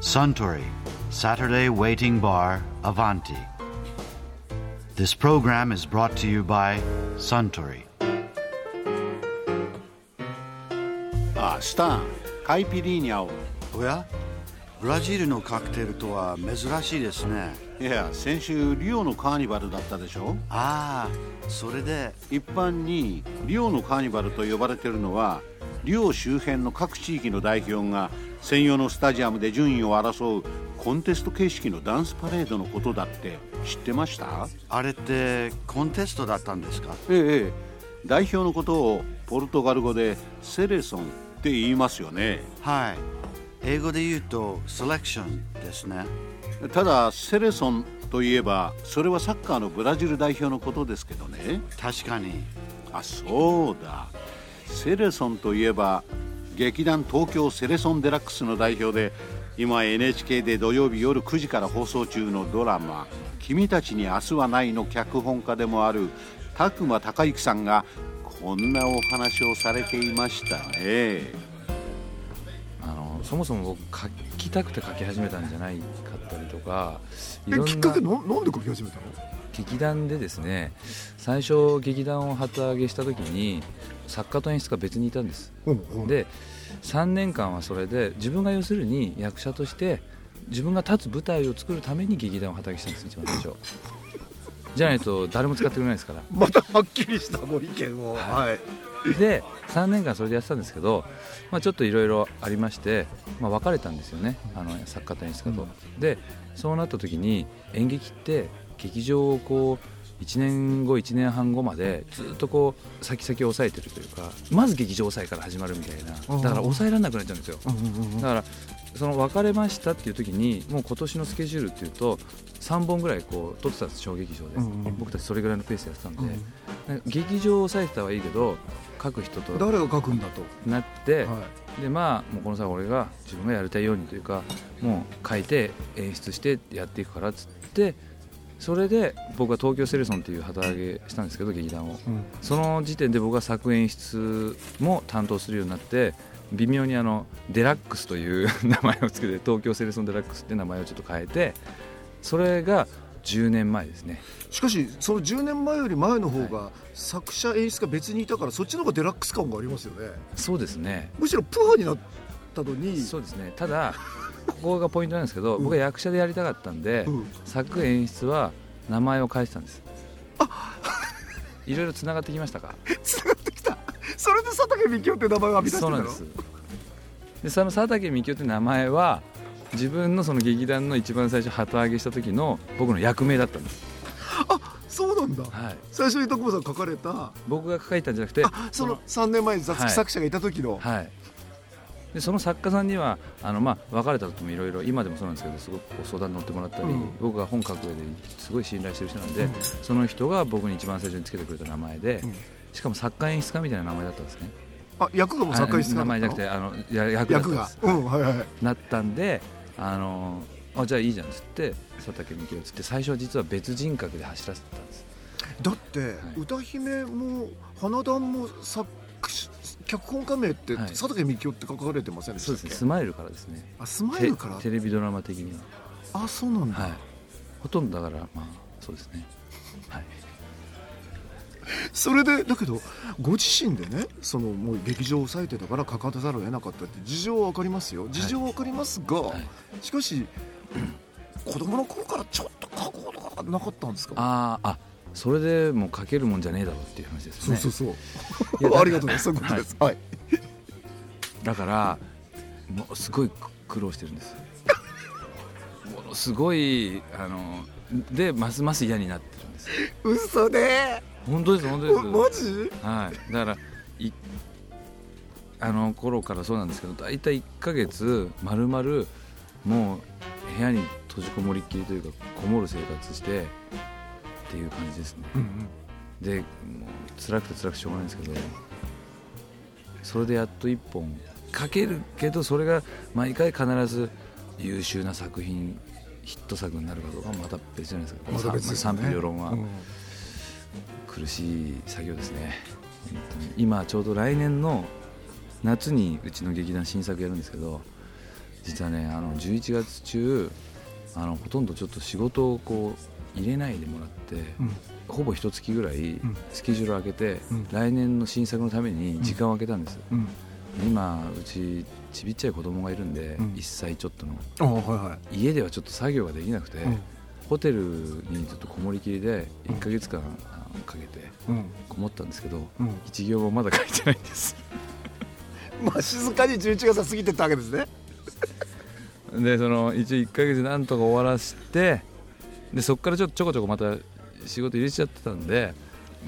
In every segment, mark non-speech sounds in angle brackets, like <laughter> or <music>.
Suntory, Saturday Waiting Bar, Avanti. This program is brought to you by Suntory. あスタンカイピリーニャをおやブラジルのカクテルとは珍しいですねいや先週リオのカーニバルだったでしょああそれで一般にリオのカーニバルと呼ばれてるのはリオ周辺の各地域の代表が専用のスタジアムで順位を争うコンテスト形式のダンスパレードのことだって知ってましたあれってコンテストだったんですかええええ代表のことをポルトガル語でセレソンって言いますよねはい英語で言うとセレクションですねただセレソンといえばそれはサッカーのブラジル代表のことですけどね確かにあそうだセレソンといえば劇団東京セレソンデラックスの代表で今 NHK で土曜日夜9時から放送中のドラマ「君たちに明日はない」の脚本家でもある拓磨孝之さんがこんなお話をされていましたねあのそもそも僕書きたくて書き始めたんじゃないかったりとかいえろんきっかなけのなんで書き始めたの劇団でですね最初劇団を旗揚げした時に作家と演出家別にいたんですうんうんで3年間はそれで自分が要するに役者として自分が立つ舞台を作るために劇団を旗揚げしたんです一番最初じゃないと誰も使ってくれないですからまたはっきりしたご意見をははいで3年間それでやってたんですけど、まあ、ちょっといろいろありまして、まあ、別れたんですよねあの作家と演出家と。でそうなった時に演劇って劇場をこう1年後1年半後までずっとこう先々を抑えてるというかまず劇場抑えから始まるみたいなだから抑えられなくなっちゃうんですよ。だからその別れましたっていう時にもう今年のスケジュールっていうと3本ぐらいこう撮ってたんです小劇場で、僕たちそれぐらいのペースでやってたんで、なんか劇場を抑えてたはいいけど書く人と誰が書くんだとなって、はでまあもうこの際俺が自分がやりたいようにというかもう書いて演出してやっていくからっつってそれで僕は東京セレソンっていう旗揚げしたんですけど劇団を、んその時点で僕は作演出も担当するようになって微妙にあのデラックスという名前をつけて東京セレソンデラックスって名前をちょっと変えてそれが10年前ですねいしかしその10年前より前の方が作者演出が別にいたからそっちの方がデラックス感がありますよねそうですねむしろプーになったのにそうですねただここがポイントなんですけど、僕は役者でやりたかったんで、うん作演出は名前を変えてたんですいろいろつながってきましたか繋がってきたそれで佐竹幹雄って名前を浴び出してそたうなんのですでその佐竹幹雄って名前は自分のその劇団の一番最初旗揚げした時の僕の役名だったんです、そうなんだはい、最初に徳間さん書かれた僕が書いたんじゃなくてあその3年前に雑はい作者がいた時のはい、でその作家さんにはあの、まあ、別れた時もいろいろ今でもそうなんですけどすごくご相談に乗ってもらったり、うん僕が本書く上ですごい信頼してる人なんで、その人が僕に一番最初につけてくれた名前で、んしかも作家演出家みたいな名前だったんですねあ役がもう作家演出あ家名だ前じゃっなくたてのあのや役だったん役でがすうんはいはいなったんであのあじゃあいいじゃんっつって佐竹幹雄っつって最初は実は別人格で走らせてたんですだって歌姫も花壇も作詞脚本家名ってはい佐竹幹雄って書かれてませんでそうでしすねたっけスマイルからですねあスマイルからテテレビドラマ的にはあそうなんだ、はい、ほとんどだから、まあ、そうですね、はい、それでだけどご自身でねそのもう劇場を抑えてたから書かざるを得なかったって事情は分かりますよ事情は分かりますが、いしかし、子供の頃からちょっと書こうとかなかったんですかあーあそれでもう書けるもんじゃねえだろうっていう話ですそうねそうそう、いやだから <laughs> ありがとうございますそういうことです、はいだからもうすごい苦労してるんですものすごいあのでますます嫌になってるんです嘘で本当です本当ですマはジい、だからいあの頃からそうなんですけど大体1ヶ月まるまるもう部屋に閉じこもりっきりというかこもる生活してっていう感じですね、でもう辛くて辛くてしょうがないんですけどそれでやっと1本書けるけどそれが毎回必ず優秀な作品ヒット作になるかどうかはまた別じゃないですか、また別ですよね賛否両論は。うん苦しい作業ですね本当に今ちょうど来年の夏にうちの劇団新作やるんですけど実はねあの11月中あのほとんどちょっと仕事をこう入れないでもらって、うんほぼ一月ぐらいんスケジュールを空けて、うん来年の新作のために時間を空けたんです、うん今うちちびっちゃい子供がいるんで、うん1歳ちょっとのあはいはい家ではちょっと作業ができなくて、うんホテルにちょっとこもりきりで1か月間あのかけてうんこもったんですけど、うん一行もまだ書いてないんです <laughs> まあ静かに11月は過ぎてったわけですねでその一応1ヶ月なんとか終わらしてでそこからちょっとちょこちょこまた仕事入れちゃってたんで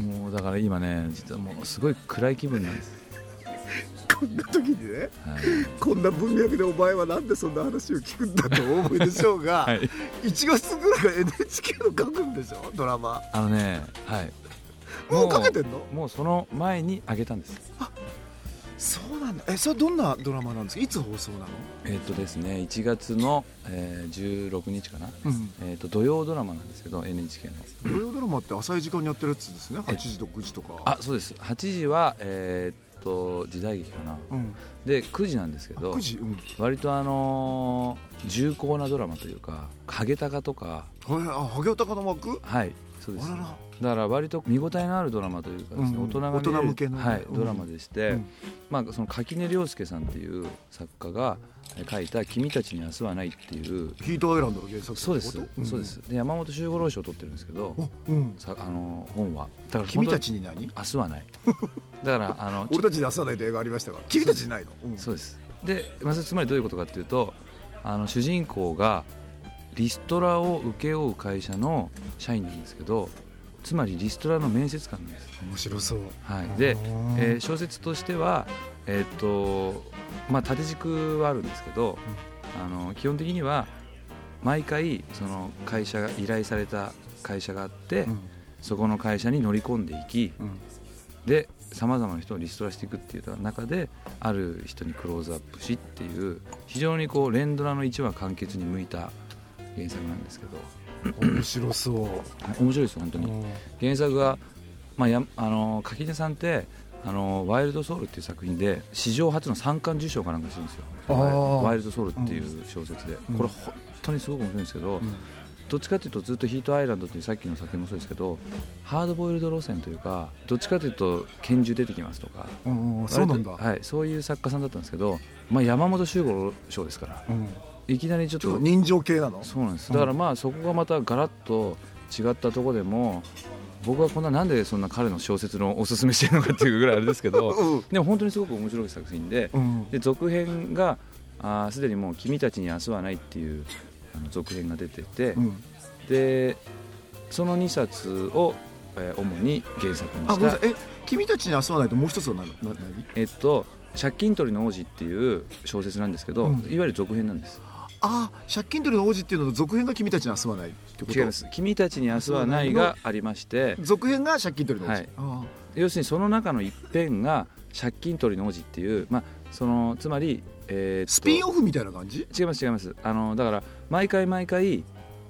もうだから今ね実はもうすごい暗い気分なんです、こんな時にねはいこんな文脈でお前はなんでそんな話を聞くんだとお思いでしょう <laughs> が、はい1月ぐらいから NHK の書くんでしょドラマあのねはいもうかけてんのもうその前にあげたんですそうなんだえそれどんなドラマなんですかいつ放送なのえっとですね1月の、えー16日かな、うんえっと土曜ドラマなんですけど NHK の土曜ドラマって浅い時間にやってるやつですね8時と9時とかあそうです8時はえーっと時代劇かな、うんで9時なんですけあど9時うん割とあのー重厚なドラマというか影高とかはいあハゲオタカの枠はいそうですあらだらから割と見応えのあるドラマというかですね、うん大人が見れる大人向けのねはいうんドラマでして、うんまあ、その垣根涼介さんっていう作家がえ書いた「君たちに明日はない」っていうヒートアイランドの原作そうです、ってことそうですで山本周五郎賞を取ってるんですけどあうんさあの本はだから君たにちに何明日はない <laughs> だからあの俺たちに出さないと映画ありましたが君たちにないのうんそうですで、まあ、それつまりどういうことかっていうとあの主人公がリストラを請け負う会社の社員なんですけどつまりリストラの面接官なんです、面白そうはい、でうん、えー小説としては、えーっとまあ、縦軸はあるんですけどあの基本的には毎回その会社が依頼された会社があって、うんそこの会社に乗り込んでいき、うんでさまざまな人をリストラしていくっていう中である人にクローズアップしっていう非常にこう連ドラの一話完結に向いた原作なんですけど面白そう面白いですよ本当に原作が、まあ、やあの垣根さんって「あのワイルドソウル」っていう作品で史上初の三冠受賞かなんかしてるんですよ「あーワイルドソウル」っていう小説で、うんこれ本当にすごく面白いんですけど、どっちかというとずっと「ヒートアイランド」っていうさっきの作品もそうですけどハードボイルド路線というかどっちかというと拳銃出てきますとかうんうんそうなんだ割とはい、そういう作家さんだったんですけど、まあ、山本周五郎賞ですからうんいきなりちょっちょっとと人情系なのそうなんですだからまあそこがまたガラッと違ったところでも僕はこんななんでそんな彼の小説のおすすめしてるのかっていうぐらいあれですけど、 <laughs> うんでも本当にすごく面白い作品で,、うんで続編があーすでにもう「君たちに明日はない」っていうあの続編が出てて、うんでその2冊を、えー主に原作にしあごめんなたさいえ君たちに遊ばないともう一つは何なな何えっと「借金取りの王子」っていう小説なんですけど、うんいわゆる続編なんですあ借金取りの王子っていうのの続編が君たちに遊ばないってこと違います「君たちに明日はない」がありまして続編が借金取りの王子、はいあ要するにその中の一編が「借金取りの王子」っていう、まあ、そのつまり、えーっーとスピンオフみたいな感じ違います違いますあのだから毎回毎回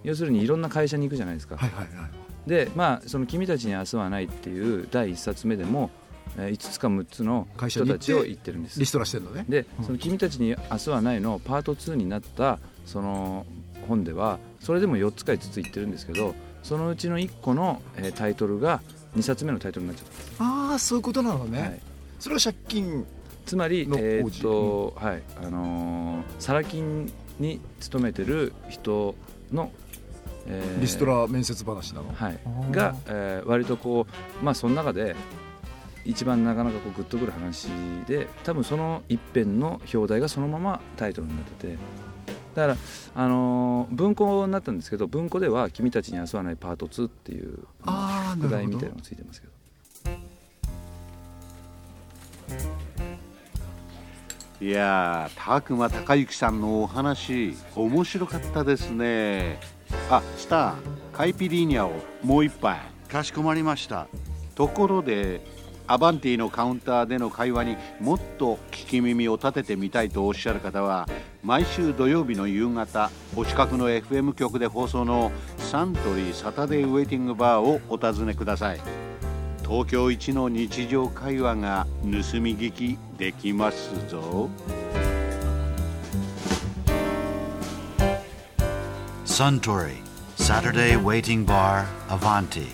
要するにいろんな会社に行くじゃないですか、はいはいはいでまあその「君たちに明日はない」っていう第一冊目でも、え5つか6つの会社人に行ったてちを言ってるんですリストラしてんのねでうんその「君たちに明日はない」のパート2になったその本ではそれでも4つか5つ言ってるんですけどそのうちの1個のえータイトルが2冊目のタイトルになっちゃったんですああそういうことなのね、はいそれは借金つまりのえー王っ子とはいあのーサラ金に勤めてる人のえーリストラ面接話なの、はいーがえー割とこうまあその中で一番なかなかこうグッとくる話で多分その一編の表題がそのままタイトルになっててだから、あのー文庫になったんですけど文庫では「君たちに遊ばないパート2」っていうあー副題なるみほたどいなのがついてますけどいやー田熊孝之さんのお話面白かったですねあスターカイピリーニャをもう一杯かしこまりましたところでアバンティのカウンターでの会話にもっと聞き耳を立ててみたいとおっしゃる方は毎週土曜日の夕方お近くの FM 局で放送のサントリーサタデーウェイティングバーをお尋ねください東京一の日常会話が盗み聞きできますぞ。 Suntory, Saturday Waiting Bar, Avanti.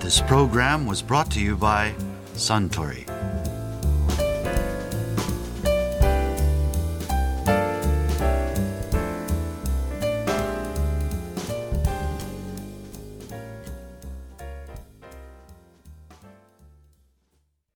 This program was brought to you by Suntory.